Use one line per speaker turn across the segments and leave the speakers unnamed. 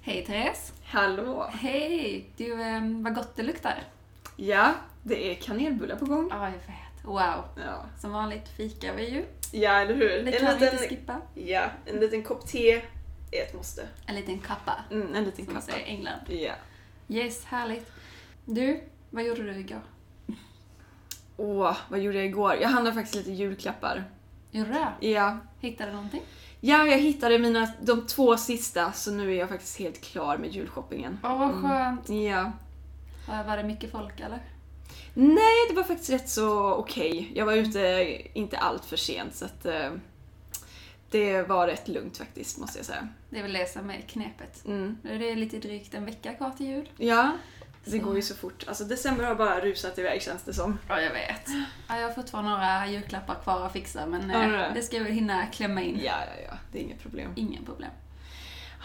Hej Therese!
Hallå!
Hej! Du, ehm, vad gott det luktar.
Ja, det är kanelbullar på gång.
Ja, jag vet. Wow!
Ja,
Som vanligt fikar vi ju.
ja eller hur?
Det kan vi inte skippa.
ja, en liten kopp te är ett måste.
En liten kappa,
Mm, en liten
som man
kappa.
säger i England.
Ja.
Yes, härligt. Du, vad gjorde du igår?
Åh, vad gjorde jag igår? Jag handlade faktiskt lite julklappar.
Gjorde du?
Ja,
Hittade du någonting?
ja jag hittade mina, de två sista så nu är jag faktiskt helt klar med julshoppingen.
Åh, vad skönt!
Ja.
Mm. Var- Var det mycket folk eller?
Nej, det var faktiskt rätt så okej. Jag var ute inte allt för sent så att eh, det var rätt lugnt faktiskt måste jag säga.
Det är väl det som är knepet.
Mm.
Nu är Det är lite drygt en vecka kvar till jul.
Ja, det går ju så fort. Alltså december har bara rusat iväg känns det som.
Ja, jag vet. Ja, jag har fortfarande några julklappar kvar att fixa men
Har du
eh,
det?
det ska jag väl hinna klämma in.
Ja, ja, ja. Det är inget problem.
Inga problem.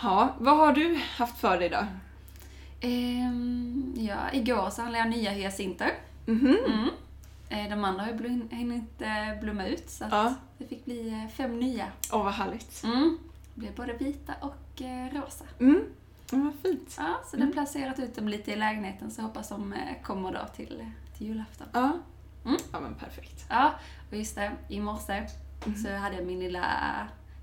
Ja, vad har du haft för dig då?
Ehm, ja, igår så handlade jag nya hyacinter.
Mhm.
Mm. Eh, De andra har ju blom- hunnit eh, blomma ut så att
Ja.
det fick bli eh, fem nya.
Åh, vad härligt.
Mm. Det blev både vita och eh, rosa.
Mm. Mm, vad fint.
Ja, så den placerat ut dem lite i lägenheten så hoppas de eh, kommer då till, till julafton.
Ja.
Mm.
Ja, men perfekt.
Ja, och just det, i morse så hade jag min lilla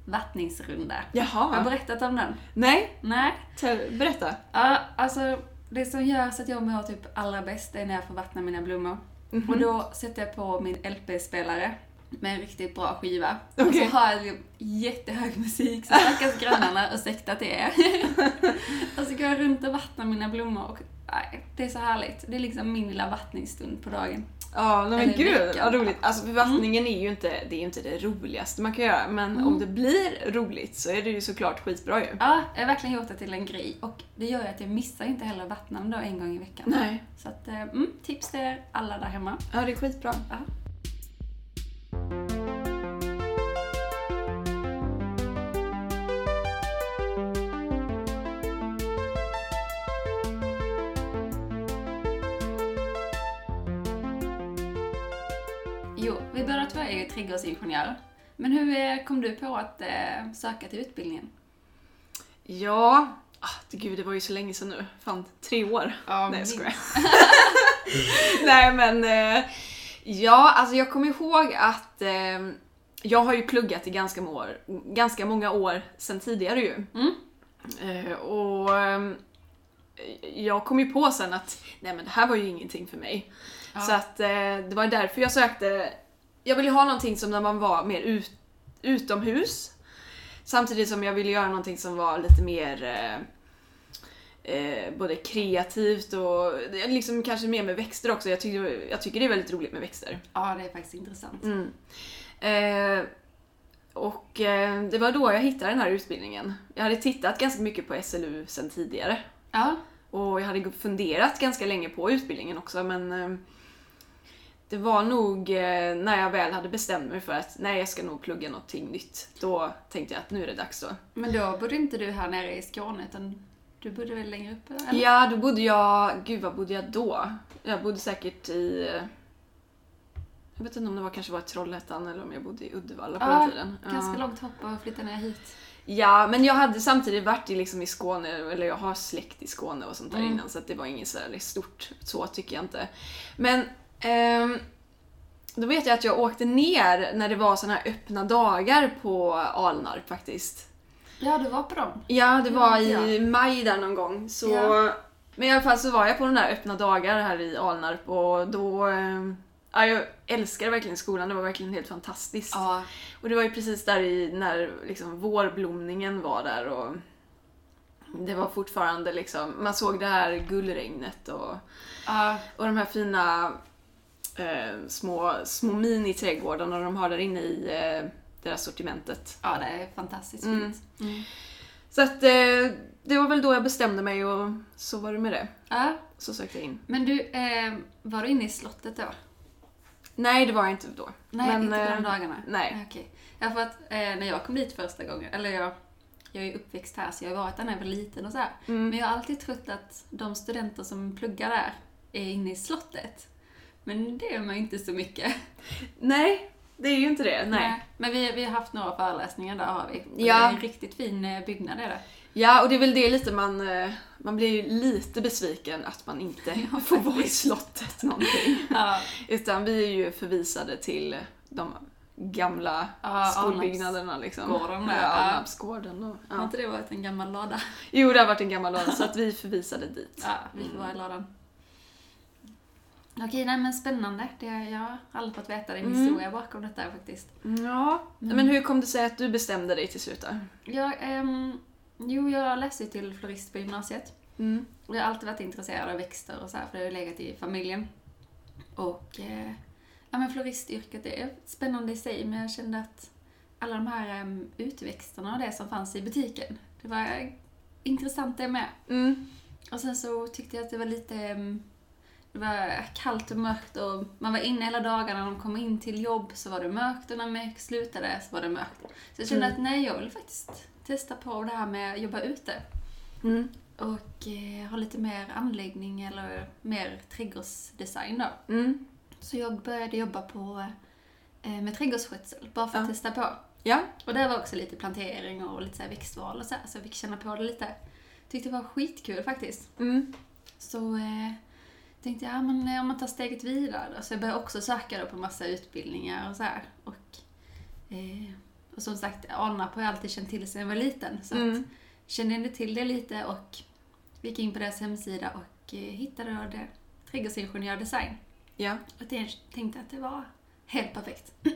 vattningsrunda. Har jag
Jaha.
berättat om den?
Nej,
Nej?
te- berätta.
Ja, alltså det som gör så att jag mår typ allra bäst det är när jag får vattna mina blommor.
Mhm. Mm.
Och då
Mm-hmm.
sätter jag på min LP-spelare med en riktigt bra skiva. Och
Okej.
så har jag jättehög musik, så stackars grannarna, ursäkta till er. och så går jag runt och vattnar mina blommor och nej, det är så härligt. Det är liksom min lilla vattningsstund på dagen.
Ja, nej, men
Eller
gud
veckan.
vad roligt. Alltså förvattningen är ju inte det, är ju inte det roligaste man kan göra, men om det blir roligt så är det ju såklart skitbra ju.
Ja, jag har verkligen gjort det till en grej och det gör ju att jag missar inte heller vattnande då en gång i veckan.
Nej.
Så att, eh, mm, tips till er alla där hemma.
Ja, det är skitbra.
Ja. Jo, vi båda två är ju trädgårdsingenjörer. Men hur eh, kom du på att eh, söka till utbildningen?
Ja. Ah, gud, det var ju så länge sedan nu. Fan, tre år.
Ja,
Nej jag skojar. Nej men eh, ja, alltså jag kommer ihåg att eh, jag har ju pluggat i ganska, må- år, ganska många år sedan tidigare ju.
Mm.
Eh, och eh, jag kom ju på sen att nej men det här var ju ingenting för mig.
Ja.
Så att eh, det var därför jag sökte. Jag ville ha någonting som när man var mer ut, utomhus. Samtidigt som jag ville göra någonting som var lite mer eh, eh, både kreativt och det är liksom kanske mer med växter också. Jag tycker, jag tycker det är väldigt roligt med växter.
Ja, det är faktiskt intressant.
Eh, och eh, det var då jag hittade den här utbildningen. Jag hade tittat ganska mycket på SLU sedan tidigare
Ja,
och jag hade funderat ganska länge på utbildningen också men eh, det var nog eh, när jag väl hade bestämt mig för att nej, jag ska nog plugga någonting nytt. Då tänkte jag att nu är det dags då.
men då bodde inte du här nere i Skåne utan du bodde väl längre uppe? Eller?
Ja, då bodde jag... Gud, vad bodde jag då? Jag bodde säkert i... Jag vet inte om det var kanske var i Trollhättan eller om jag bodde i Uddevalla på
Ja,
den tiden.
Ganska
ja.
långt hopp att flytta ner hit.
ja, men jag hade samtidigt varit i, liksom, i Skåne, eller jag har släkt i Skåne och sånt
Mm.
där innan så att det var inget så här stort så tycker jag inte. Men ehm, då vet jag att jag åkte ner när det var såna här öppna dagar på Alnarp faktiskt.
Ja, du var på dem.
Ja, det
Ja,
var i maj där någon gång. Så...
Ja.
Men i alla fall så var jag på de där öppna dagar här i Alnarp och då... eh, Ja, jag älskade verkligen skolan, det var verkligen helt fantastiskt.
Ja.
Och det var ju precis där i när liksom vårblomningen var där och det var fortfarande liksom, man såg det här gullregnet och,
Ja,
och de här fina eh, små, små miniträdgårdarna de har där inne i eh, deras sortimentet.
ja det är fantastiskt
Mm.
fint. Mm.
Så att eh, det var väl då jag bestämde mig och så var det med det.
Ja,
Så sökte jag in.
men du, eh, var du inne i slottet då?
Nej, det var jag inte då.
Nej,
Men,
inte på de
eh,
dagarna?
nej.
Okej. Ja, för att eh, när jag kom dit första gången, eller jag, jag är ju uppväxt här så jag har varit där när jag var liten och så här.
Mm.
Men jag har alltid trott att de studenter som pluggar där är inne i slottet. Men det är man ju inte så mycket.
Nej, det är ju inte det. Nej.
Men vi, vi har haft några föreläsningar där har vi. Och
Ja.
Det är en riktigt fin eh, byggnad är det.
Ja, och det är väl det lite man... eh, Man blir ju lite besviken att man inte
Ja,
får vara i slottet någonting.
Ja,
Utan vi är ju förvisade till de gamla
Ja,
skolbyggnaderna liksom.
Gården där,
Ja,
ja.
Alnarpsgården och...
Har
Ja.
inte det varit en gammal lada?
Jo, det har varit en gammal lada så att vi är förvisade dit.
Ja, vi får vara i ladan. Okej, nej men spännande. Det har jag aldrig fått veta din
Mm.
historia bakom detta faktiskt.
Ja,
Mm.
men hur kom det sig att du bestämde dig till slut då?
Jag, ehm, jo, jag läste ju till florist på gymnasiet.
Mm.
Och Jag har alltid varit intresserad av växter och så här, för det har ju legat i familjen. Och eh, ja, men floristyrket är spännande i sig, men jag kände att alla de här em, utväxterna och det som fanns i butiken, det var intressant det med.
Mm.
Och sen så tyckte jag att det var lite em, det var kallt och mörkt och man var inne hela dagarna. När de kom in till jobb så var det mörkt och när mörkt slutade så var det mörkt. Så jag kände
Mm.
att nej, jag vill faktiskt testa på det här med att jobba ute.
Mm.
Och eh, har lite mer anläggning eller mer trädgårdsdesign då.
Mm.
Så jag började jobba på, eh, med trädgårdsskötsel, bara för att
Ja.
testa på.
Ja.
Och där var också lite plantering och lite så här växtval och så, här, så jag fick känna på det lite. Tyckte det var skitkul faktiskt.
Mm.
Så eh, tänkte jag, ja, men eh, om man tar steget vidare då. Så jag började också söka då på massa utbildningar och så här. Och, eh, och som sagt, Alnarp har jag alltid känt till sedan jag var liten. Så att,
Mm.
kände inte till det lite och gick in på deras hemsida och eh, hittade då det, trädgårdsingenjör design.
Ja.
Och det- tänkte att det var helt perfekt.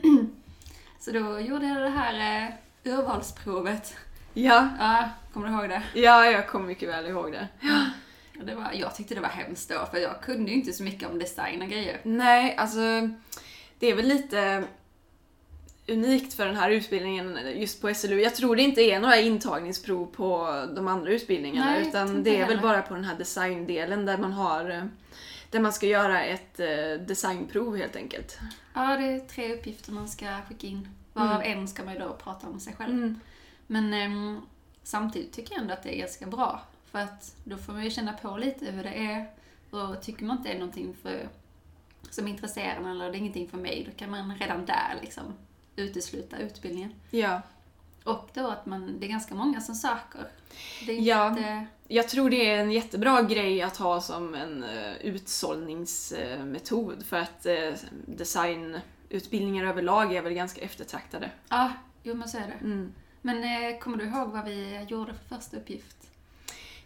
Så då gjorde jag det här eh, urvalsprovet.
Ja.
Ja, kommer du ihåg det?
Ja, jag kommer mycket väl ihåg det.
Och det var, jag tyckte det var hemskt då, för jag kunde ju inte så mycket om design och grejer.
Nej, alltså det är väl lite unikt för den här utbildningen just på SLU. Jag tror det inte är några intagningsprov på de andra utbildningarna
Nej, tror
utan
inte
det är väl
heller.
bara på den här designdelen där man har eh, där man ska göra ett eh, designprov helt enkelt.
Ja, det är tre uppgifter man ska skicka in. Varav en ska man ju då prata om sig själv. Men ehm, samtidigt tycker jag ändå att det är ganska bra. För att då får man ju känna på lite hur det är. Och tycker man inte det är någonting för, som intresserar en eller det är ingenting för mig, då kan man redan där liksom utesluta utbildningen.
Ja.
Och då att man, det är ganska många som söker. Det är
Ja.
inte,
Jag tror det är en jättebra grej att ha som en eh, utsållningsmetod för att eh, designutbildningar överlag är väl ganska eftertraktade.
ja, jo men så är det. Men eh, kommer du ihåg vad vi gjorde för första uppgift?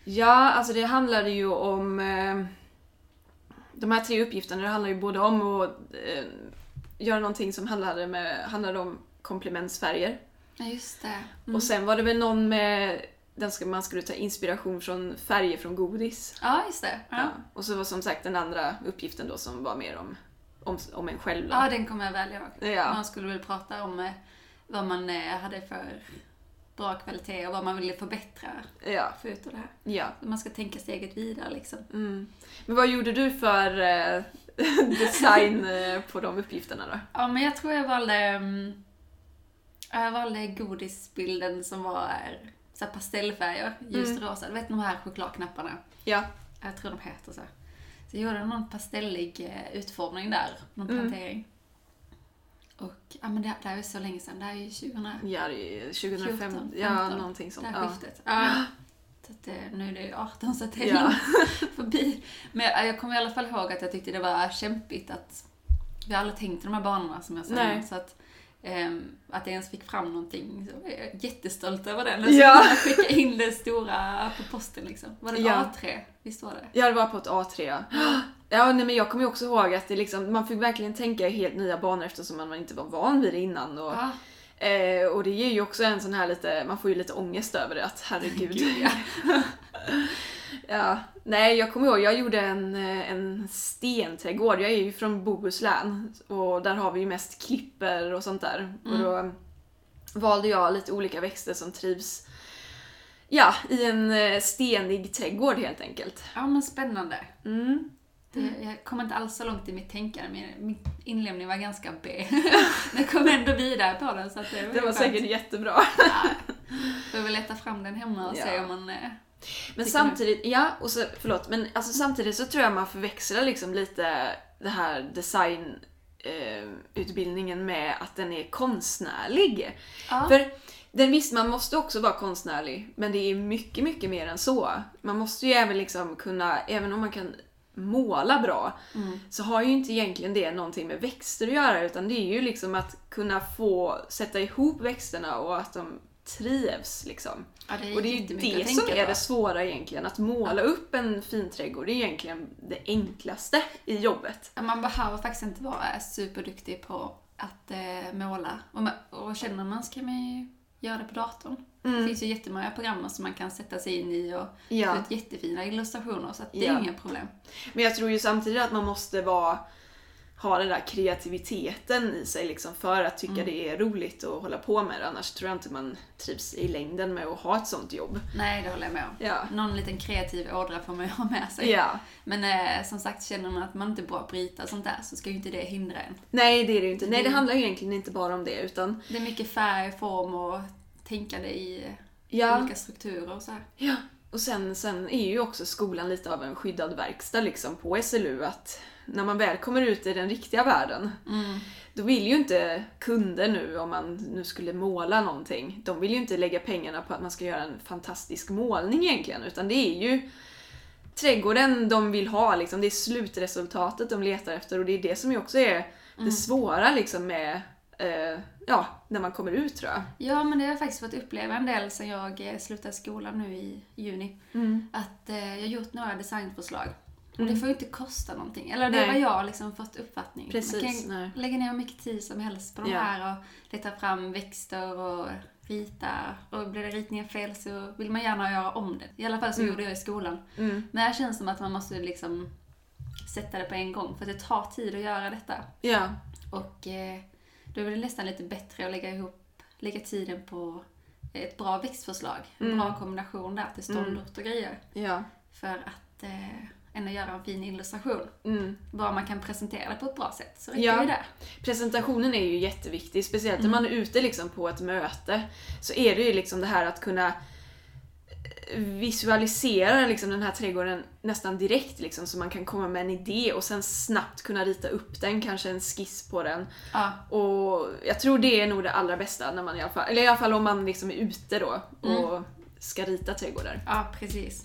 Ja, alltså det handlade ju om... Eh, de här tre uppgifterna, det handlar ju både om att eh, göra någonting som handlade, med, handlade om komplementsfärger.
Ja, just det. Mm.
Och sen var det väl någon med... Den ska, man skulle ta inspiration från färger från godis.
Ja, just det. Ja.
Ja. Och så var som sagt den andra uppgiften då som var mer om, om, om en själv. Då.
Ja, den kommer jag väl ihåg.
Ja.
Man skulle väl prata om eh, vad man eh, hade för bra kvalitet och vad man ville förbättra
Ja.
för ut ur det här.
ja.
Man ska tänka steget vidare liksom.
Mm. Men vad gjorde du för eh, design eh, på de uppgifterna då?
Ja, men jag tror jag valde... mm, Jag valde godisbilden som var eh, så här pastellfärger, ljust rosa. Du vet de här chokladknapparna?
Ja.
Jag tror de heter så. Så jag gjorde någon pastellig eh, utformning där, någon
Mm.
plantering. Och, ja men det, det här är ju så länge sedan, det här är ju 2000
Ja, det är 2005,
14,
ja
15.
någonting sånt.
det här
liksom. Ja.
skiftet. Ja. Så att, eh, nu är det ju 18 så att det är
Ja.
långt förbi. Men jag, jag kommer i alla fall ihåg att jag tyckte det var kämpigt att vi har aldrig tänkt i de här banorna som jag sa.
Nej.
innan, Så att, ehm, att jag ens fick fram någonting, så är jag jättestolt över den. Och så
Ja.
kunde jag skicka in det stora på posten liksom. Var det
Ja.
A3? Visst var det?
ja, det var på ett A3. ja. Ja, nej, men jag kommer ju också ihåg att det liksom, man fick verkligen tänka i helt nya banor eftersom man inte var van vid det innan. Och,
Ja.
eh, och det ger ju också en sån här lite, man får ju lite ångest över det att herregud.
Gud, ja.
Ja, nej, jag kommer ihåg, jag gjorde en, eh, en stenträdgård. Jag är ju från Bohuslän och där har vi ju mest klipper och sånt där. Och då eh, valde jag lite olika växter som trivs ja, i en eh, stenig trädgård helt enkelt.
ja men spännande.
Mm.
Det, jag kom inte alls så långt i mitt tänkande, men min inlämning var ganska B. men jag kom ändå vidare på den så att det var,
Det var
skönt.
säkert jättebra.
Får väl leta fram den hemma och
Ja.
se om man... eh,
Men
Tycker
samtidigt, ja, och så, förlåt, men alltså samtidigt så tror jag man förväxlar liksom lite det här design eh, utbildningen med att den är konstnärlig.
Ja.
För den, visst, man måste också vara konstnärlig, men det är mycket, mycket mer än så. Man måste ju även liksom kunna, även om man kan måla bra,
Mm.
så har ju inte egentligen det någonting med växter att göra, utan det är ju liksom att kunna få sätta ihop växterna och att de trivs liksom.
ja, det är,
Och det är ju
jättemycket
det
att
som
tänka
är
på.
det svåra egentligen, att måla upp en fin trädgård, det är egentligen det enklaste i jobbet.
Ja, Man behöver faktiskt inte vara superduktig på att eh, måla. Och, ma- och känner man så kan man ju göra det på datorn. Det finns ju jättemånga program som man kan sätta sig in i och
Mm. Ja.
få ut jättefina illustrationer. Så att det är
Ja.
ju inga problem.
Men jag tror ju samtidigt att man måste vara, ha den där kreativiteten i sig liksom för att
Mm.
tycka det är roligt att hålla på med det. Annars tror jag inte man trivs i längden med att ha ett sånt jobb.
Nej, det håller jag med om.
Ja.
Någon liten kreativ ådra får man ju ha med sig.
ja.
Men eh, som sagt, känner man att man inte är bra på att rita och sånt där så ska ju inte det hindra en.
Nej, det är det ju inte. Nej, det handlar ju egentligen inte bara om det utan
Det är mycket färg, form och tänkande i
ja.
olika strukturer och så här.
ja. Och sen, sen är ju också skolan lite av en skyddad verkstad liksom på SLU att när man väl kommer ut i den riktiga världen
Mm.
Då vill ju inte kunder nu, om man nu skulle måla någonting, de vill ju inte lägga pengarna på att man ska göra en fantastisk målning egentligen, utan det är ju trädgården de vill ha, liksom. det är slutresultatet de letar efter och det är det som ju också är det
Mm.
svåra liksom med, eh, ja, när man kommer ut tror jag.
Ja, men det har jag faktiskt fått uppleva en del sen jag eh, slutade skolan nu i juni. Att eh, jag har gjort några designförslag. Och det får ju inte kosta någonting. Eller det
Nej.
har jag liksom fått uppfattning. Man
Precis,
kan
nej.
lägga ner hur mycket tid som helst på de
Ja.
här och leta fram växter och rita. Och blir det ritningen fel så vill man gärna göra om det. I alla fall så gjorde jag i skolan.
Mm.
Men här känns det som att man måste liksom sätta det på en gång. För att det tar tid att göra detta.
Ja,
Och eh, då är det nästan lite bättre att lägga ihop, lägga tiden på ett bra växtförslag. En bra kombination där till ståndort och grejer.
ja.
För att eh, ändå göra en fin illustration.
Mm.
Bara man kan presentera det på ett bra sätt så räcker
Ja.
ju det.
Presentationen är ju jätteviktig, speciellt när man är ute liksom på ett möte. Så är det ju liksom det här att kunna eh, visualisera liksom den här trädgården nästan direkt liksom, så man kan komma med en idé och sen snabbt kunna rita upp den, kanske en skiss på den.
Ja.
Och jag tror det är nog det allra bästa, när man i alla fall, eller i alla fall om man liksom är ute då och ska rita trädgårdar.
Ja, precis.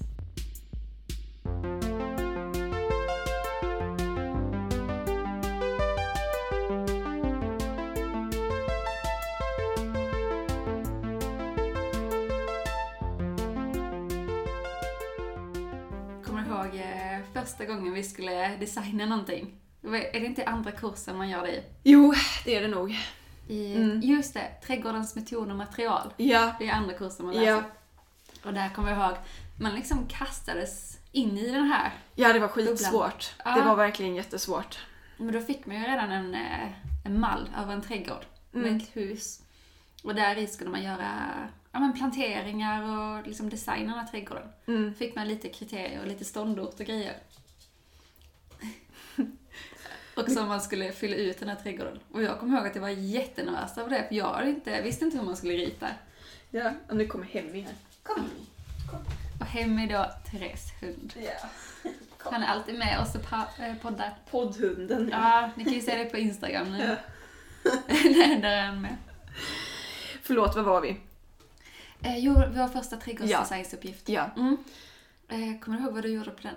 Kommer du ihåg eh, första gången vi skulle designa någonting? Det var- Är det inte andra kursen man gör det i?
Jo, det är det nog.
I Just det, Trädgårdens metod och material.
Ja,
Det är andra kursen man läser.
ja,
Och där kommer jag ihåg, man liksom kastades in i den här.
ja det var skitsvårt.
Ja.
Det var verkligen jättesvårt.
Men då fick man ju redan en, eh, en mall över en trädgård med ett hus. Och där i skulle man göra ja, men planteringar och liksom designa den här trädgården.
Mm.
fick man lite kriterier och lite ståndort och grejer. och som man skulle fylla ut den här trädgården. Och jag kommer ihåg att jag var jättenervös över det, för jag hade inte, visste inte hur man skulle rita.
Ja, och nu kommer Hemmy här. Kom.
Och hem är då Therese hund.
Ja.
Han är alltid med oss och pa- eh, poddar.
Poddhunden.
Ja, ni kan ju se det på Instagram nu. Där är han med.
Förlåt, vad var vi?
Eh, jo, vår första trädgårdsdesignsuppgift.
Ja.
Mm. Eh, kommer du ihåg vad du gjorde på den?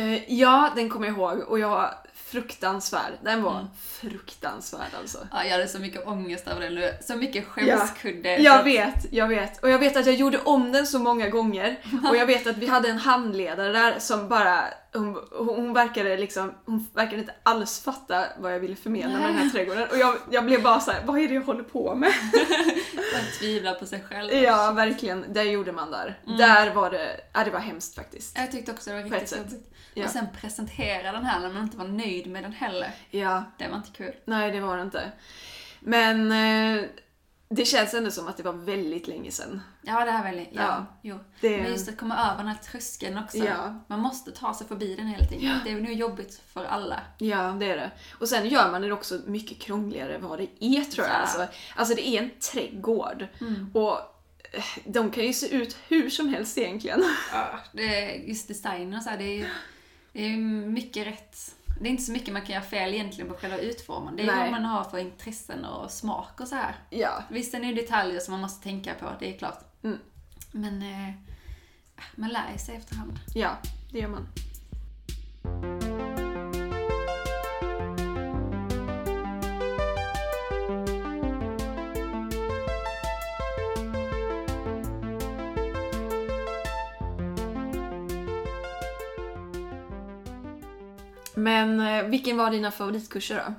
Eh, ja, den kommer jag ihåg och jag var fruktansvärd. Den var
Mm.
fruktansvärd alltså.
Ja, jag hade så mycket ångest över den. nu. Så mycket skämskudde.
Jag vet, jag vet. Och jag vet att jag gjorde om den så många gånger. Och jag vet att vi hade en handledare där som bara... Hon, hon verkade liksom... Hon verkade inte alls fatta vad jag ville förmedla med den här trädgården. Och jag, jag blev bara så här: vad är det jag håller på med?
Jag tvivlar på sig själv.
Ja, verkligen. Det gjorde man där.
Mm.
Där var det... Ja, det var hemskt faktiskt.
Jag tyckte också det var
På ett
riktigt
sätt.
jobbigt.
Ja.
Och sen presentera den här när man inte var nöjd med den heller.
Ja,
Det var inte kul.
Nej, det var det inte. Men eh, det känns ändå som att det var väldigt länge sedan.
Ja, det här väl. Ja.
Ja.
Jo.
Det-
Men just att komma över den här tröskeln också.
Ja.
Man måste ta sig förbi den helt enkelt. Det är nog jobbigt för alla.
Ja, det är det. Och sen gör man det också mycket krångligare än vad det är
Ja.
tror jag.
Mm.
Alltså, alltså det är en trädgård. Och eh, de kan ju se ut hur som helst egentligen.
Ja, det, just design och så här, det är, det är mycket rätt Det är inte så mycket man kan göra fel egentligen på själva utformningen. Det är
Nej.
vad man har för intressen och smak och så här.
Ja.
Visst, sen är det detaljer som man måste tänka på, det är klart.
Mm.
Men eh, man lär ju sig efterhand.
Ja, det gör man. Men eh, vilken var dina favoritkurser då?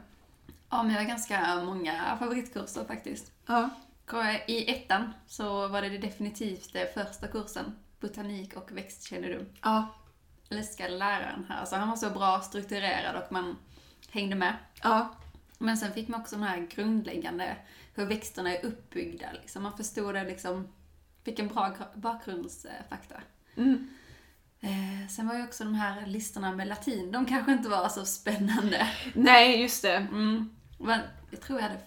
Ja, men jag har ganska många favoritkurser faktiskt.
Ja.
I ettan så var det definitivt eh, första kursen, botanik och växtkännedom.
Ja.
älskade läraren här. Alltså han var så bra strukturerad och man hängde med.
Ja.
Men sen fick man också den här grundläggande, hur växterna är uppbyggda. Liksom. Man förstod det liksom, fick en bra gr- bakgrundsfakta.
Mm.
Eh, sen var ju också de här listorna med latin, de kanske inte var så spännande.
Nej, just det.
Mm. Men jag tror jag hade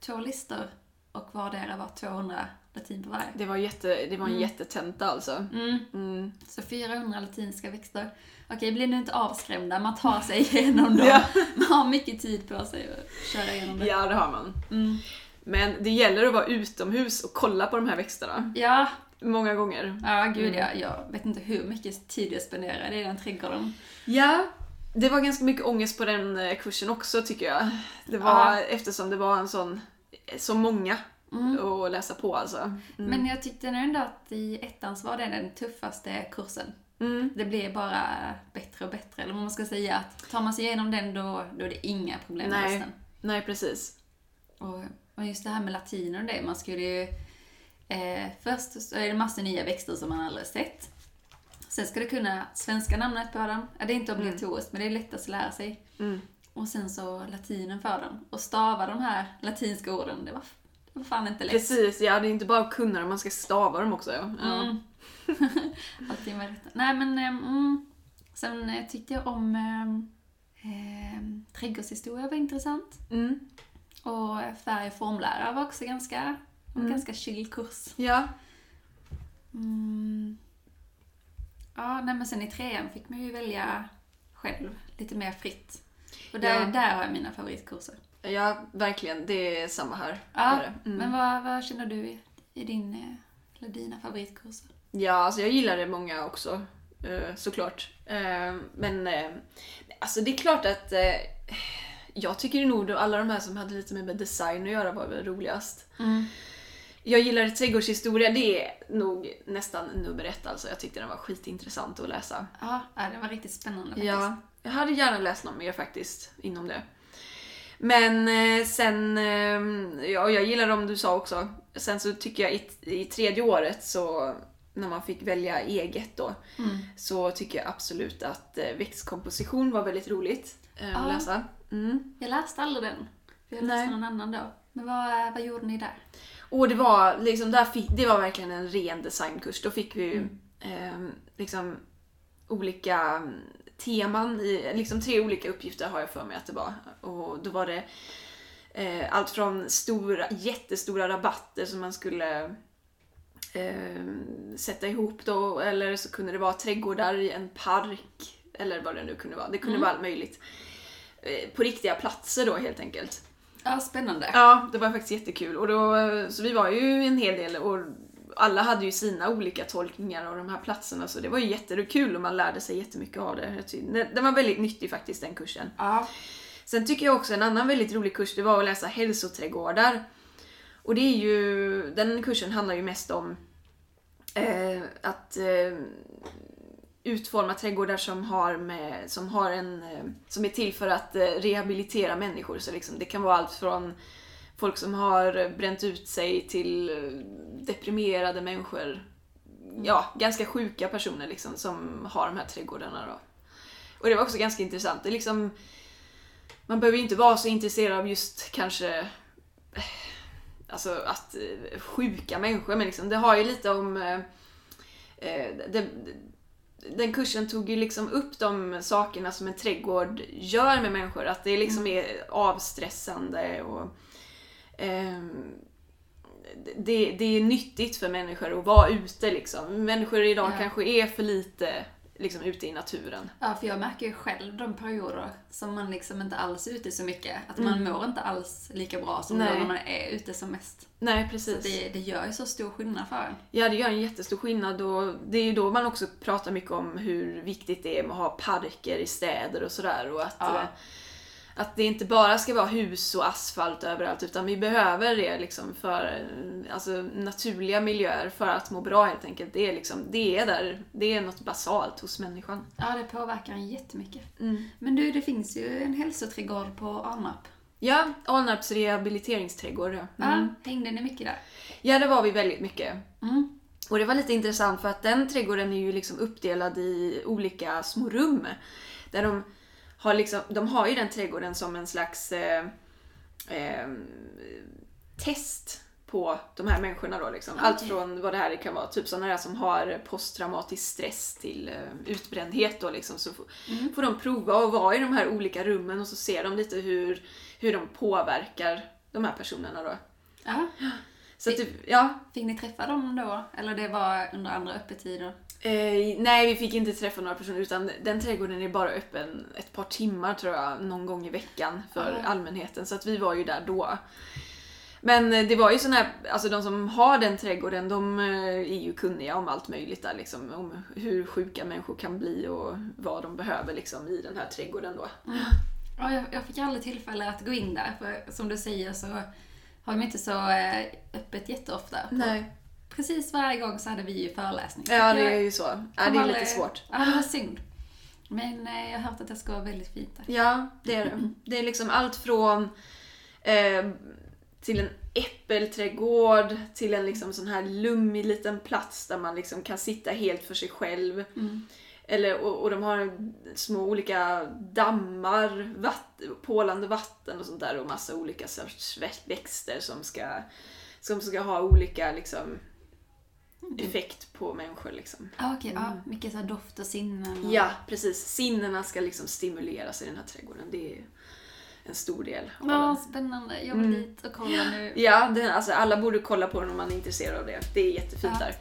två listor och vardera var 200 latin på varje.
Det var, jätte, det var en
Mm.
jättetenta alltså.
Mm.
Mm.
Så 400 latinska växter. Okej, blir nu inte avskrämda, man tar sig igenom dem.
Ja.
Man har mycket tid på sig att köra igenom det.
ja, det har man.
Mm.
Men det gäller att vara utomhus och kolla på de här växterna.
Ja,
Många gånger.
ja gud
Mm.
ja. Jag vet inte hur mycket tid jag spenderade i den trädgården.
Ja, det var ganska mycket ångest på den eh, kursen också tycker jag. Det var,
Ja. Mm.
Eftersom det var en sån, eh, så många att läsa på alltså. Mm.
Men jag tyckte nu ändå att i ettan så var det den tuffaste kursen.
Mm.
Det blev bara bättre och bättre. Eller vad man ska säga, att tar man sig igenom den då, då är det inga problem med
Nej.
resten.
Nej, precis.
Och, och just det här med latin och det, man skulle ju... Eh, först så är det massor nya växter som man aldrig sett. Sen ska du kunna svenska namnet på dem. Ja, det är inte obligatoriskt, men det är lättast att lära sig.
Mm.
Och sen så latinen för dem. Och stava de här latinska orden, det var, det var fan inte lätt.
Precis, ja det är inte bara att kunna dem, man ska stava dem också. Ja. Ja.
Mm. Allting var rätt. Nej men, eh, mm. Sen eh, tyckte jag om eh, eh, trädgårdshistoria var intressant.
Mm.
Och färg och formlära var också ganska, en
Mm.
ganska chill kurs.
ja.
Mm. Ja, nej men sen i trean fick man ju välja själv, lite mer fritt. Och där,
Ja.
där har jag mina favoritkurser.
Ja, verkligen. Det är samma här.
Ja,
Är det. Mm.
men vad, vad känner du i, i din, eh, eller dina favoritkurser?
Ja, alltså jag gillade många också eh, såklart. Eh, Men eh, alltså det är klart att eh, jag tycker nog att alla de här som hade lite mer med design att göra var väl roligast.
Mm.
Jag gillade trädgårdshistoria, det är nog nästan nummer ett alltså. Jag tyckte den var skitintressant att läsa.
Ja, ja, det var riktigt spännande faktiskt.
Ja, jag hade gärna läst något mer faktiskt inom det. Men eh, sen, eh, ja, och jag gillar de du sa också. Sen så tycker jag i, i tredje året så när man fick välja eget då
Mm.
så tycker jag absolut att eh, växtkomposition var väldigt roligt eh, att
Ja.
läsa. Mm.
Jag läste aldrig den. för Jag läste
Nej.
någon annan då. Men vad, vad gjorde ni där?
Och det var, liksom, där fick, det var verkligen en ren designkurs. Då fick vi ju eh, liksom, olika mm, teman, i, liksom tre olika uppgifter har jag för mig att det var. Och då var det eh, allt från stora, jättestora rabatter som man skulle eh, sätta ihop då, eller så kunde det vara trädgårdar i en park, eller vad det nu kunde vara. Det kunde
Mm.
vara allt möjligt. Eh, på riktiga platser då helt enkelt.
Ja, spännande.
Ja, det var faktiskt jättekul. Och då, så vi var ju en hel del och alla hade ju sina olika tolkningar av de här platserna så det var ju jättekul och man lärde sig jättemycket av det. Jag tycker- den- Den var väldigt nyttig faktiskt den kursen.
Ja.
Sen tycker jag också en annan väldigt rolig kurs det var att läsa hälsoträdgårdar. Och det är ju, den kursen handlar ju mest om eh, att eh, utforma trädgårdar som har, med, som har en, eh, som är till för att eh, rehabilitera människor. Så liksom, det kan vara allt från folk som har bränt ut sig till eh, deprimerade människor. Ja, ganska sjuka personer liksom som har de här trädgårdarna då. Och det var också ganska intressant. Det är liksom, man behöver ju inte vara så intresserad av just kanske eh, alltså att eh, sjuka människor, men liksom, det har ju lite om eh, eh, det, den kursen tog ju liksom upp de sakerna som en trädgård gör med människor. Att det liksom är avstressande och ehm, det, det är nyttigt för människor att vara ute liksom. Människor idag
Ja.
kanske är för lite liksom ute i naturen.
Ja, för jag märker ju själv de perioder som man liksom inte alls är ute så mycket. Att man mår inte alls lika bra som
Nej.
då när man är ute som mest.
Nej,
Så
precis.
det, det gör ju så stor skillnad för en.
Ja, det gör en jättestor skillnad och det är ju då man också pratar mycket om hur viktigt det är med att ha parker i städer och sådär och att,
Ja.
eh, att det inte bara ska vara hus och asfalt överallt utan vi behöver det liksom för eh, alltså, naturliga miljöer för att må bra helt enkelt. Det är, liksom, det är, där, det är något basalt hos människan.
Ja, det påverkar en jättemycket. Men du, det finns ju en hälsoträdgård på Alnarp.
Ja, Alnarps rehabiliteringsträdgård ja. Mm.
Ja, hängde ni mycket där?
Ja, det var vi väldigt mycket.
Mm.
Och det var lite intressant för att den trädgården är ju liksom uppdelad i olika små rum. Där de har, liksom, de har ju den trädgården som en slags eh, eh, test på de här människorna då liksom. Allt
Okej.
från vad det här kan vara, typ sådana där som har posttraumatisk stress till eh, utbrändhet då liksom. Så får, får de prova att vara i de här olika rummen och så ser de lite hur, hur de påverkar de här personerna då.
Ja.
Så att, det- ja,
Fick ni träffa dem då? Eller det var under andra öppettider?
Eh, nej, vi fick inte träffa några personer utan den trädgården är bara öppen ett par timmar tror jag, någon gång i veckan för
Ja.
allmänheten. Så att vi var ju där då. Men eh, det var ju såna här, alltså de som har den trädgården de eh, är ju kunniga om allt möjligt där liksom. Om hur sjuka människor kan bli och vad de behöver liksom i den här trädgården då.
Ja, jag, jag fick aldrig tillfälle att gå in där, för som du säger så har de inte så eh, öppet jätteofta.
Nej.
Precis varje gång så hade vi ju föreläsning. Så
Ja,
jag
det är ju så. Ja,
kom
det är lite
aldrig-
svårt.
Ja, det var synd. Men eh, jag har hört att det ska vara väldigt fint där.
Ja, det är det. Det är liksom allt från eh, till en äppelträdgård till en liksom sån här lummig liten plats där man liksom kan sitta helt för sig själv.
Mm.
Eller, och, och de har små olika dammar, vatt, pålande vatten och sånt där och massa olika sorts vä- växter som ska, som ska ha olika liksom, effekt på människor. Liksom.
Mm. Ah, okej, ja, mycket så här doft och sinnen. och-
Ja, precis. Sinnena ska liksom stimuleras i den här trädgården. Det är en stor del av
Ja, Mm.
den.
spännande. Jag vill dit och kolla nu.
Ja, det, alltså alla borde kolla på den om man är intresserad av det. Det är jättefint
Ja.
där.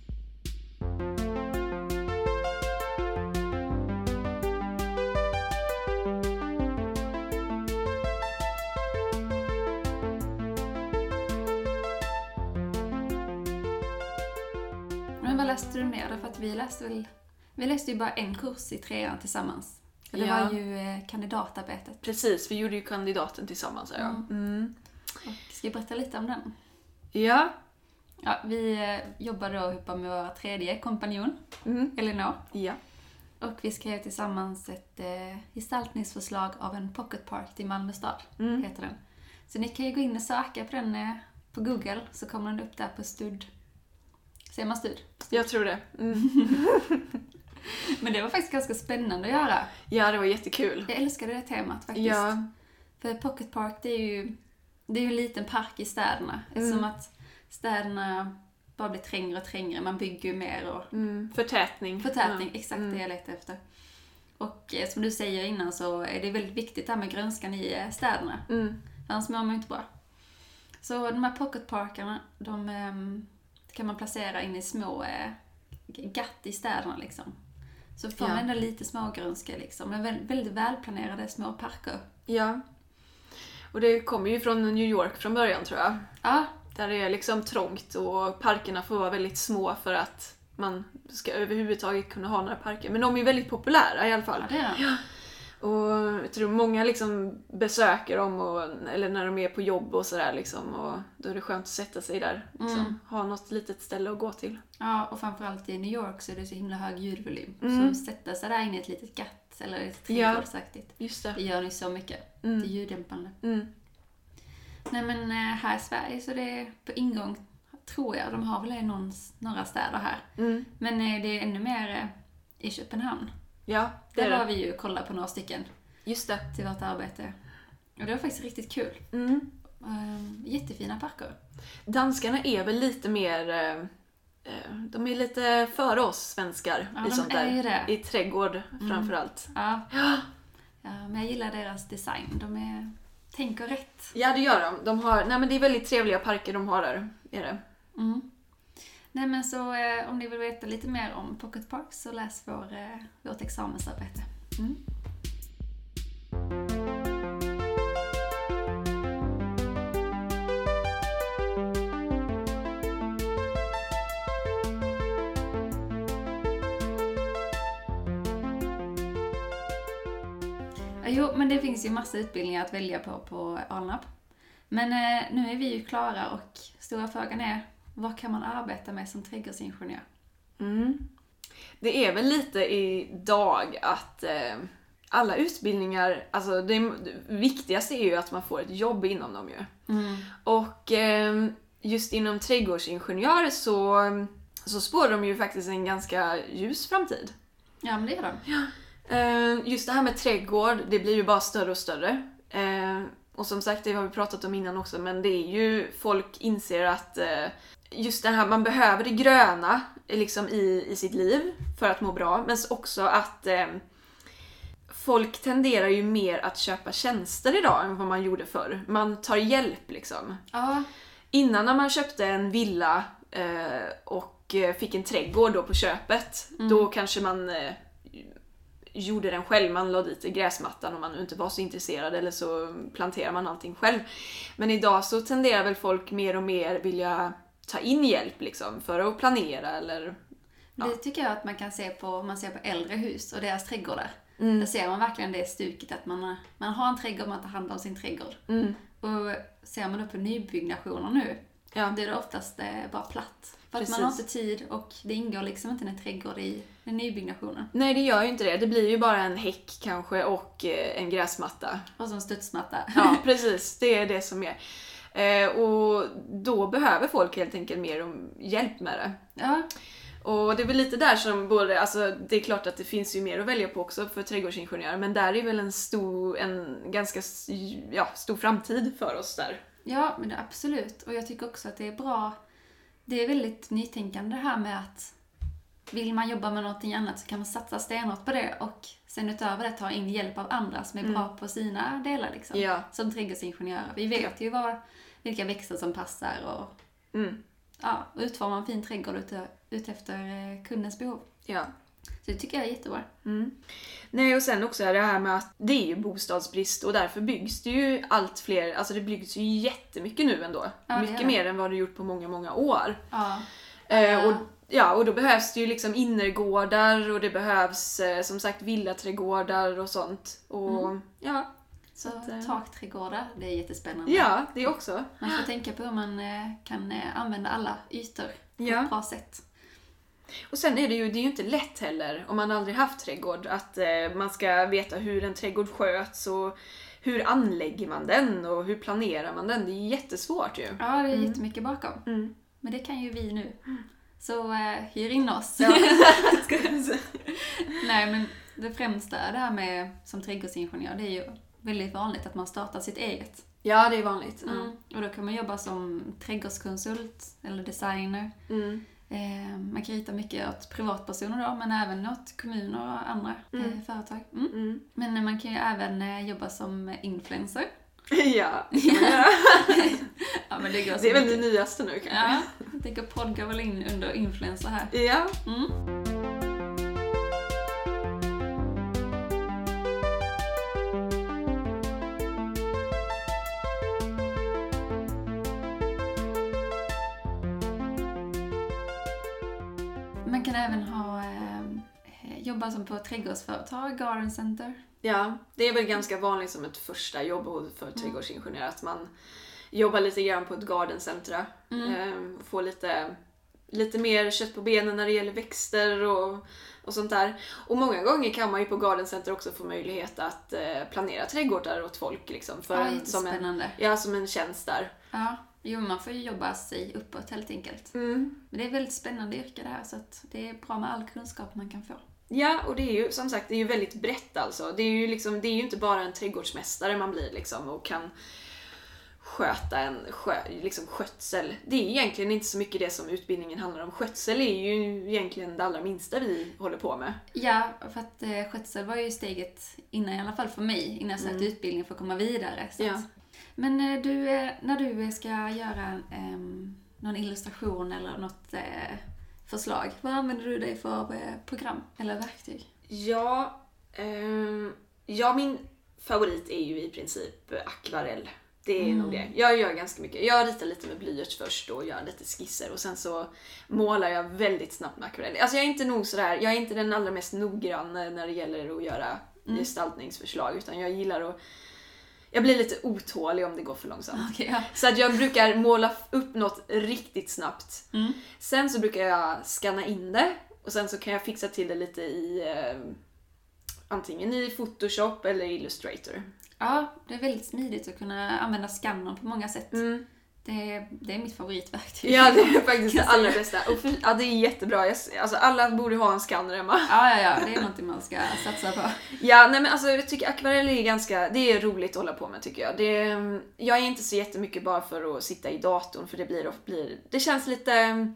Men vad läste du mer då? För att vi läste väl... Vi läste ju bara en kurs i trean tillsammans. För det
Ja.
var ju eh, kandidatarbetet.
Precis, vi gjorde ju kandidaten tillsammans. Ja. Mm.
Och ska jag berätta lite om den?
ja.
Ja, vi eh, jobbar då ihop med vår tredje kompanjon,
Mm.
Elinor.
ja.
Och vi skrev tillsammans ett eh, gestaltningsförslag av en pocketpark till Malmö stad,
Mm.
heter den. Så ni kan ju gå in och söka på den eh, på Google, så kommer den upp där på stud. Ser man stud?
Jag tror det. Mm.
Men det var faktiskt ganska spännande att göra.
Ja, det var jättekul.
Jag älskade det temat faktiskt.
Ja.
För Pocket Park, det är ju, det är ju en liten park i städerna. Eftersom att städerna bara blir trängre och trängre. Man bygger ju mer och
Mm. Förtätning.
förtätning. Exakt
Mm.
det jag letar efter. Och eh, som du säger innan så är det väldigt viktigt det här med grönskan i eh, städerna.
Ja. Mm.
Annars mår man ju inte bra. Så de här pocketparkerna, de ehm, kan man placera in i små eh, gatt i städerna liksom. Så får
Ja.
man ändå lite smågrönska liksom. Men väldigt, väldigt välplanerade små parker.
ja. Och det kommer ju från New York från början tror jag.
Ja,
Där det är liksom trångt och parkerna får vara väldigt små för att man ska överhuvudtaget kunna ha några parker. Men de är ju väldigt populära i alla fall.
ja det är de.
Och jag tror många liksom besöker dem och, eller när de är på jobb och sådär liksom. Och då är det skönt att sätta sig där. Liksom.
Mm.
Ha något litet ställe att gå till.
Ja, och framförallt i New York så är det så himla hög ljudvolym.
Mm.
Så att sätta sig där inne i ett litet gatt eller ett
Ja.
trädgårdsaktigt.
Just
Det gör ni så mycket.
Mm.
Det är ljuddämpande.
Mm.
Nej men eh, här i Sverige så det är på ingång, tror jag, de har väl i någon, några städer här.
Mm.
Men eh, det är ännu mer eh, i Köpenhamn.
Ja, det
Där
är
har
det.
vi ju kollat på några stycken
Just det.
till vårt arbete. Och det var faktiskt riktigt kul.
Mm.
Ehm, Jättefina parker.
Danskarna är väl lite mer... eh, eh, De är lite före oss svenskar
Ja,
i
de
sånt
är ju Mm.
där.
det.
I trädgård framförallt.
Ja. ja, men jag gillar deras design. De är, tänker rätt.
Ja, det gör de. de har, nej, men det är väldigt trevliga parker de har där. Är det.
Mm. Nej men så eh, om ni vill veta lite mer om Pocket Park så läs vår, eh, vårt examensarbete. Mm. Ja, Jo, men det finns ju massa utbildningar att välja på på Alnarp. Men eh, nu är vi ju klara och stora frågan är, vad kan man arbeta med som trädgårdsingenjör?
Mm. Det är väl lite idag att eh, alla utbildningar, alltså det, det viktigaste är ju att man får ett jobb inom dem ju.
Mm.
Och eh, just inom trädgårdsingenjör så, så spår de ju faktiskt en ganska ljus framtid.
Ja, men det gör de.
Eh, Just det här med trädgård, det blir ju bara större och större. Eh, Och som sagt, det har vi pratat om innan också, men det är ju folk inser att eh, just det här, man behöver det gröna eh, liksom i, i sitt liv för att må bra, men också att eh, folk tenderar ju mer att köpa tjänster idag än vad man gjorde förr. Man tar hjälp liksom.
Ja,
Innan när man köpte en villa eh, och eh, fick en trädgård då på köpet, då kanske man eh, gjorde den själv. Man la dit gräsmattan om man nu inte var så intresserad eller så planterar man allting själv. Men idag så tenderar väl folk mer och mer vilja ta in hjälp liksom för att planera eller
det tycker jag att man kan se på, om man ser på äldre hus och deras trädgårdar. Där ser man verkligen det stuket att man, har- man har en trädgård, man tar hand om sin trädgård. Och ser man upp på nybyggnationer nu,
ja.
då är det oftast eh, bara platt. För att
Precis.
man har inte tid och det ingår liksom inte en trädgård i den nybyggnationen.
Nej det gör ju inte det. Det blir ju bara en häck kanske och eh, en gräsmatta.
Och så en studsmatta.
Ja, precis. Det är det som är. Eh, och då behöver folk helt enkelt mer om hjälp med det.
Ja,
Och det är väl lite där som både, alltså det är klart att det finns ju mer att välja på också för trädgårdsingenjörer, men där är väl en stor, en ganska s- ja, stor framtid för oss där.
ja men det, absolut. Och jag tycker också att det är bra. Det är väldigt nytänkande det här med att vill man jobba med någonting annat så kan man satsa stenhårt på det och sen utöver det ta in hjälp av andra som är bra på sina delar. Liksom.
Mm. Ja.
Som trädgårdsingenjörer. Vi vet ju vad, vilka växter som passar och
Mm.
ja, och utforma en fin trädgård ute, utefter eh, kundens behov.
Ja.
Så det tycker jag är jättebra.
Nej, och sen också är det här med att det är ju bostadsbrist och därför byggs det ju allt fler, alltså det byggs ju jättemycket nu ändå.
Ja, det gör
mycket
det.
mer än vad det gjort på många, många år.
Ja.
Eh, och, ja, och då behövs det ju liksom innergårdar och det behövs eh, som sagt villaträdgårdar och sånt. Och ja,
Så
att, eh,
takträdgårdar, det är jättespännande.
ja, det också.
Man får tänka på hur man eh, kan eh, använda alla ytor på
Ja.
ett bra sätt.
Och sen är det ju, det är ju inte lätt heller om man aldrig haft trädgård att eh, man ska veta hur en trädgård sköts och hur anlägger man den och hur planerar man den. Det är jättesvårt ju.
Ja, det är jättemycket bakom.
Mm.
Men det kan ju vi nu. Så eh, hyr in oss. Nej, men det främsta är det här med som trädgårdsingenjör, det är ju väldigt vanligt att man startar sitt eget. Mm.
ja, det är vanligt. Ja.
Och då kan man jobba som trädgårdskonsult eller designer.
Mm.
Eh, man kan rita mycket åt privatpersoner då, men även åt kommuner och andra eh, företag. Mm.
Mm.
Men eh, man kan ju även eh, jobba som influencer.
ja, det kan man göra.
Ja, men det, går
det är
så
väl det
mycket.
nyaste nu kanske.
Ja, jag tänker podd går väl in under influencer här.
Ja.
Mm. Man kan även ha eh, jobba som på trädgårdsföretag, garden center.
Ja, det är väl ganska vanligt som ett första jobb för
Mm.
trädgårdsingenjör att man jobbar lite grann på ett gardencentra. Mm. och får lite, lite mer kött på benen när det gäller växter och, och sånt där. Och många gånger kan man ju på gardencentra också få möjlighet att eh, planera trädgårdar åt folk. Liksom, för
Ja,
en, som, en,
jättespännande.
ja, som en tjänst där.
Ja, jo, man får ju jobba sig uppåt helt enkelt.
Mm.
Men det är ett väldigt spännande yrke det här så att det är bra med all kunskap man kan få.
Ja, och det är ju som sagt det är ju väldigt brett alltså. Det är ju, liksom, det är ju inte bara en trädgårdsmästare man blir liksom och kan sköta en skö, liksom skötsel. Det är egentligen inte så mycket det som utbildningen handlar om. Skötsel är ju egentligen det allra minsta vi håller på med.
Ja, för att eh, skötsel var ju steget innan, i alla fall för mig, innan jag sökte utbildning för att komma vidare. Så att.
Ja.
Men eh, du, eh, när du eh, ska göra ehm, någon illustration eller något eh, förslag. Vad använder du dig för eh, program eller verktyg?
Ja, ehm, ja, min favorit är ju i princip akvarell. Det är nog det. Jag gör ganska mycket. Jag ritar lite med blyerts först och gör lite skisser och sen så målar jag väldigt snabbt med akvarell. Alltså jag är inte nog sådär, jag är inte den allra mest noggrann när det gäller att göra gestaltningsförslag utan jag gillar att jag blir lite otålig om det går för långsamt.
Okej, ja.
Så att jag brukar måla upp något riktigt snabbt.
Mm.
Sen så brukar jag scanna in det och sen så kan jag fixa till det lite i eh, antingen i Photoshop eller Illustrator.
ja, det är väldigt smidigt att kunna använda skannern på många sätt.
Mm.
Det, är, det är mitt favoritverktyg.
Ja, det är faktiskt det allra bästa. Och för, ja, det är jättebra. Jag, s- alltså, alla borde ha en skanner hemma.
Ja, ja, ja, det är någonting man ska satsa på.
Ja, nej men alltså jag tycker akvarell är ganska, det är roligt att hålla på med tycker jag. Det, mm, jag är inte så jättemycket bara för att sitta i datorn för det blir, of- blir det känns lite, mm,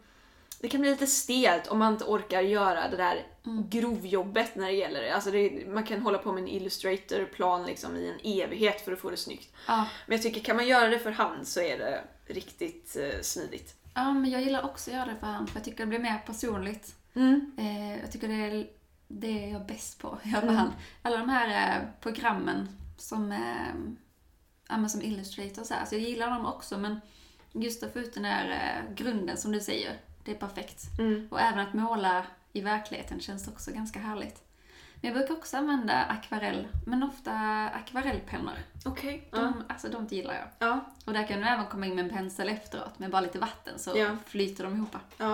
det kan bli lite stelt om man inte orkar göra det där grovjobbet när det gäller det. Alltså det, man kan hålla på med en illustrator-plan liksom i en evighet för att få det snyggt.
Ja.
Men jag tycker kan man göra det för hand så är det riktigt eh, smidigt.
ja, men jag gillar också att göra det för hand för jag tycker det blir mer personligt. Eh, jag tycker det är det är jag bäst på att
Mm.
göra på hand. Alla de här eh, programmen som, eh, ja, men som Illustrator och så här. Så jag gillar dem också men just att få ut den här eh, grunden som du säger, det är perfekt.
Mm.
Och även att måla i verkligheten känns också ganska härligt. Men jag brukar också använda akvarell, men ofta akvarellpennor.
Okej.
De, Alltså de gillar jag.
Ja.
Och där kan du även komma in med en pensel efteråt med bara lite vatten så
Ja.
flyter de ihop.
Ja.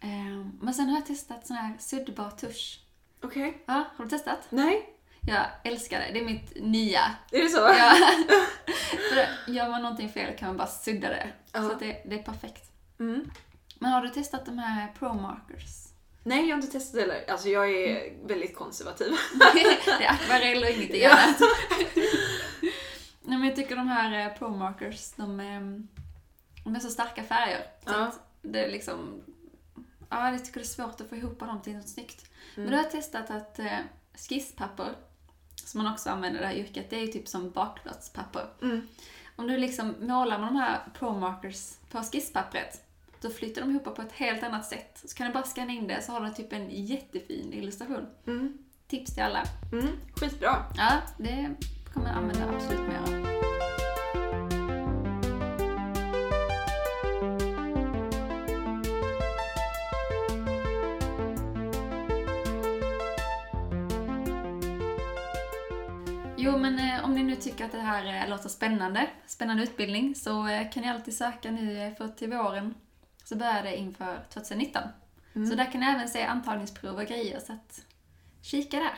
Eh, men sen har jag testat sån här suddbar tusch.
Okej.
Ja, har du testat?
Nej.
Jag älskar det. Det är mitt nya.
Är det så?
Ja. För Gör man någonting fel kan man bara sudda det.
Ja.
Så att det, det är perfekt.
Mm.
Men har du testat de här pro-markers?
Nej, jag har inte testat det heller. Alltså jag är väldigt konservativ.
det är akvarell och ingenting
Ja.
annat. Nej, men jag tycker de här eh, pro-markers, de, är- de är så starka färger. Så
Ja.
att det är liksom... Ja, jag tycker det är svårt att få ihop dem till något snyggt. Men
Mm.
då har jag testat att eh, skisspapper, som man också använder i det här yrket, det är ju typ som bakplåtspapper.
Mm.
Om du liksom målar med de här pro-markers på skisspappret, då flyter de ihop på ett helt annat sätt. Så kan du bara scanna in det så har du typ en jättefin illustration.
Mm.
Tips till alla.
Mm. Skitbra.
Ja, det kommer jag använda absolut mer av. Jo, men eh, om ni nu tycker att det här eh, låter spännande, spännande utbildning, så eh, kan ni alltid söka nu eh, för till våren så börjar det inför 2019. Så där kan ni även se antagningsprov och grejer, så att kika där.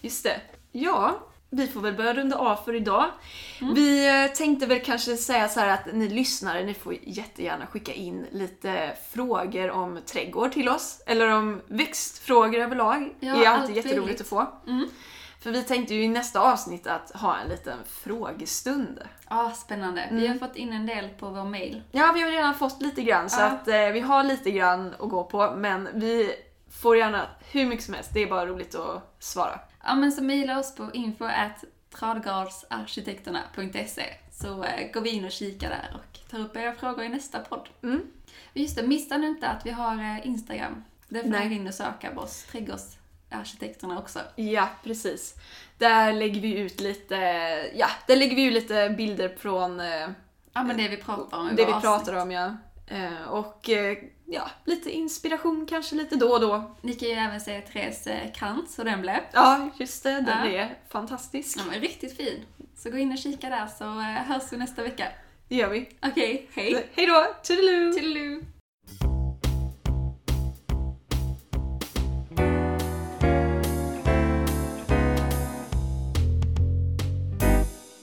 Just det. Ja, vi får väl börja runda av för idag. Vi eh, tänkte väl kanske säga så här att ni lyssnare, ni får jättegärna skicka in lite frågor om trädgård till oss. Eller om växtfrågor överlag.
Ja,
det är
allt
alltid jätteroligt
möjligt.
att få.
Mm.
För vi tänkte ju i nästa avsnitt att ha en liten frågestund.
Ja, spännande. Vi har
Mm.
fått in en del på vår mail.
Ja, vi har redan fått lite grann så
Ja.
att eh, vi har lite grann att gå på men vi får gärna hur mycket som helst. Det är bara roligt att svara.
Ja, men så mejla oss på info at tradgardsarkitekterna.se så eh, går vi in och kikar där och tar upp era frågor i nästa podd.
Mm.
Och Just det, missa nu inte att vi har eh, Instagram. Där får
Nej.
ni gå in och söka på oss, trädgårdsarkitekterna också.
Ja, precis. Där lägger vi ut lite, ja, där lägger vi ut lite bilder från eh,
Ja, men det vi pratar om i
det vi
våra
pratar om ja. Eh, och eh, ja, lite inspiration kanske lite då och då.
Ni kan ju även se Therese eh, krans och den blev.
Ja, just det. Den
Ja.
är fantastisk.
Ja, men riktigt fin. Så gå in och kika där så eh, hörs vi nästa vecka.
Det gör vi.
Okej, hej!
Hej då! Toodaloo!
Toodaloo!